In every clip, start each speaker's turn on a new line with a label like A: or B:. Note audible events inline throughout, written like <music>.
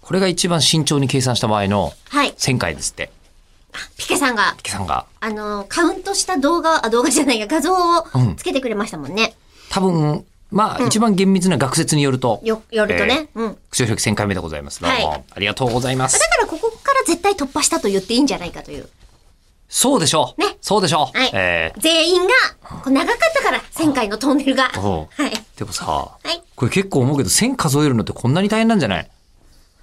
A: これが一番慎重に計算した場合の
B: はい。
A: 1000回ですって。
B: ピケさんが、
A: ピケさんが。
B: あの、カウントした動画、あ、動画じゃないや、画像をつけてくれましたもんね。
A: 多分、まあ、一番厳密な学説によると。
B: よ、よるとね。
A: えー
B: うん。だ
A: 口を開く1000回目でございます。どうも、
B: はい
A: ありがとうございます。
B: からここから絶対突破したと言っていいんじゃないかという。
A: そうでしょう。
B: ね
A: そうでしょう。
B: はい。
A: え
B: 全員が、こう長かったから、前回のトンネルが。
A: ー
B: は
A: おう
B: い。
A: でもさ、
B: はい
A: これ結構思うけど、1000数えるのってこんなに大変なんじゃない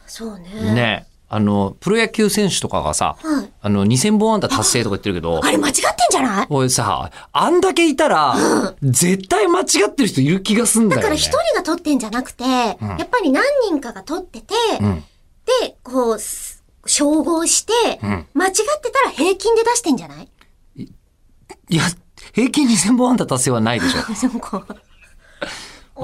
B: そうね。
A: ねあの、プロ野球選手とかがさ、
B: はい
A: あの、2000本安打達成とか言ってるけど
B: あ、れ間違ってんじゃない
A: 俺さ、あんだけいたら、絶対間違ってる人いる気がすんだよ、
B: だ
A: ね。
B: から一人が撮ってんじゃなくて、やっぱり何人かが撮ってて、
A: うん。
B: で、こう、す照合して、
A: ん
B: 間違ってたら平均で出してんじゃない
A: いや、平均2000本安打達成はないでしょ。
B: なんか。あ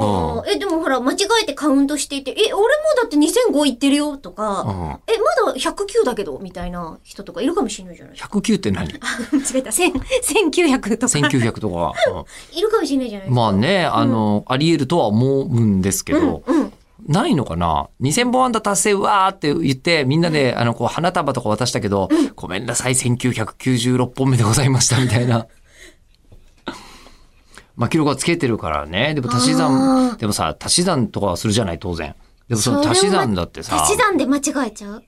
B: ーえ、でもほら、間違えてカウントしていて、え、俺もだって2005いってるよとか、
A: うん
B: え、まだ109だけど、みたいな人とかいるかもしれないじゃない
A: 109って何
B: <laughs> 間違えた。千1900とか。
A: ?1900 とか。うん
B: いるかもしれないじゃないですか。
A: まあね、あの、あり得るとは思うんですけど、
B: うん。
A: ないのかな ?2000 本安打達成、うわーって言って、みんなで、あの、こう、花束とか渡したけど、ごめんなさい、1996本目でございました、みたいな。 <laughs> まあ、記録はつけてるからね。でも、足し
B: あ
A: 算、
B: ー
A: でもさ、足し算とかはするじゃない、当然。でも、その
B: それは
A: 足し算だってさ
B: 足、し算で間違えちゃう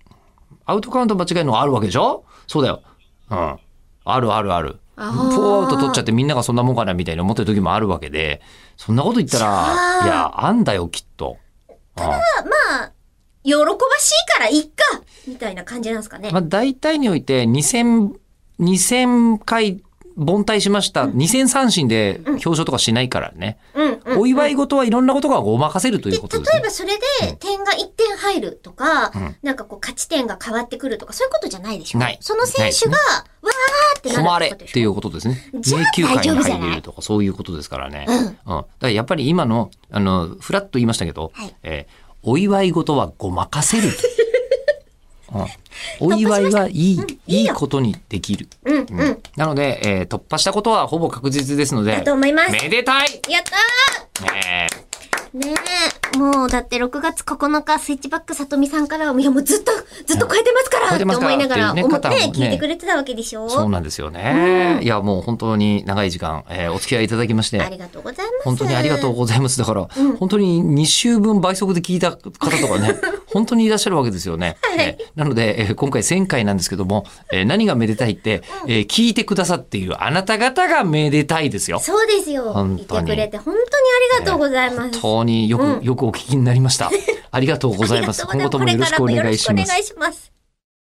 A: アウトカウント間違えるのがあるわけでしょそうだよ。うん。あるあるある。
B: あ
A: 4
B: ー
A: アウト取っちゃってみんながそんなもんかなみたいに思ってる時もあるわけで、そんなこと言った
B: さ
A: ら、
B: あ
A: いや、あんだよ、きっと。う
B: まあ、喜ばしいからいっかみたいな感じなんですかね。
A: んまあ、大体において、2000、2000回、凡退しました。2000三振で表彰とかしないからね。
B: うんうん。
A: お祝い事はいろんなことがごまかせるということです
B: 例え
A: ね。
B: ばそれで点が1点入るとか、なんかこう勝ち点が変わってくるとか、そういうことじゃないでしょ
A: ない
B: その選手が、わーってなる
A: 誉れっ
B: ことで
A: てい
B: しょ
A: うことですね。
B: じゃあ
A: 迷宮
B: 大
A: 界
B: 丈
A: に
B: 夫じゃない
A: 入れるとかそういうことですからね。
B: うん
A: だからやっぱり今の、あの、フラッと言いましたけど、
B: はい
A: えーお祝い事はごまかせ
B: <laughs>
A: ると。うんお祝いはいい、
B: い
A: い
B: い
A: い
B: よ
A: ことにできる。
B: うんうん。
A: なので、えー突破したことはほぼ確実ですので、
B: だと思います
A: めでたい、
B: やった
A: え
B: ーねえ、もうだって6月9日スイッチバックさとみさんからは、いやもうずっと、ずっと超えてますから
A: 超え
B: ってて
A: ますから
B: 思いながら、
A: っていうね
B: 思って
A: 方もね
B: 聞いてくれてたわけでしょ
A: ーそうなんですよね。いや、もう本当に長い時間、えーお付き合いいただきまして
B: あ、りがとうございます。
A: 本当にありがとうございます。だから、本当に2週分倍速で聞いた方とか
B: <laughs>
A: ね、本当にいらっしゃるわけですよね。えーなので、えー今回1000回なんですけども、えー何がめでたいって、えー聞いてくださっているあなた方がめでたいですよ。
B: そうですよ
A: 本。
B: い
A: 当
B: て
A: に
B: くれて、本当にありがとうございます。
A: 本当
B: <laughs>
A: によく、よくお聞きになりました。ありがとうございます。
B: あり
A: 今後
B: が
A: と
B: とうご
A: も
B: ざい
A: よろしくお願いし
B: これ
A: ま
B: からもよろくお願
A: す。
B: いします。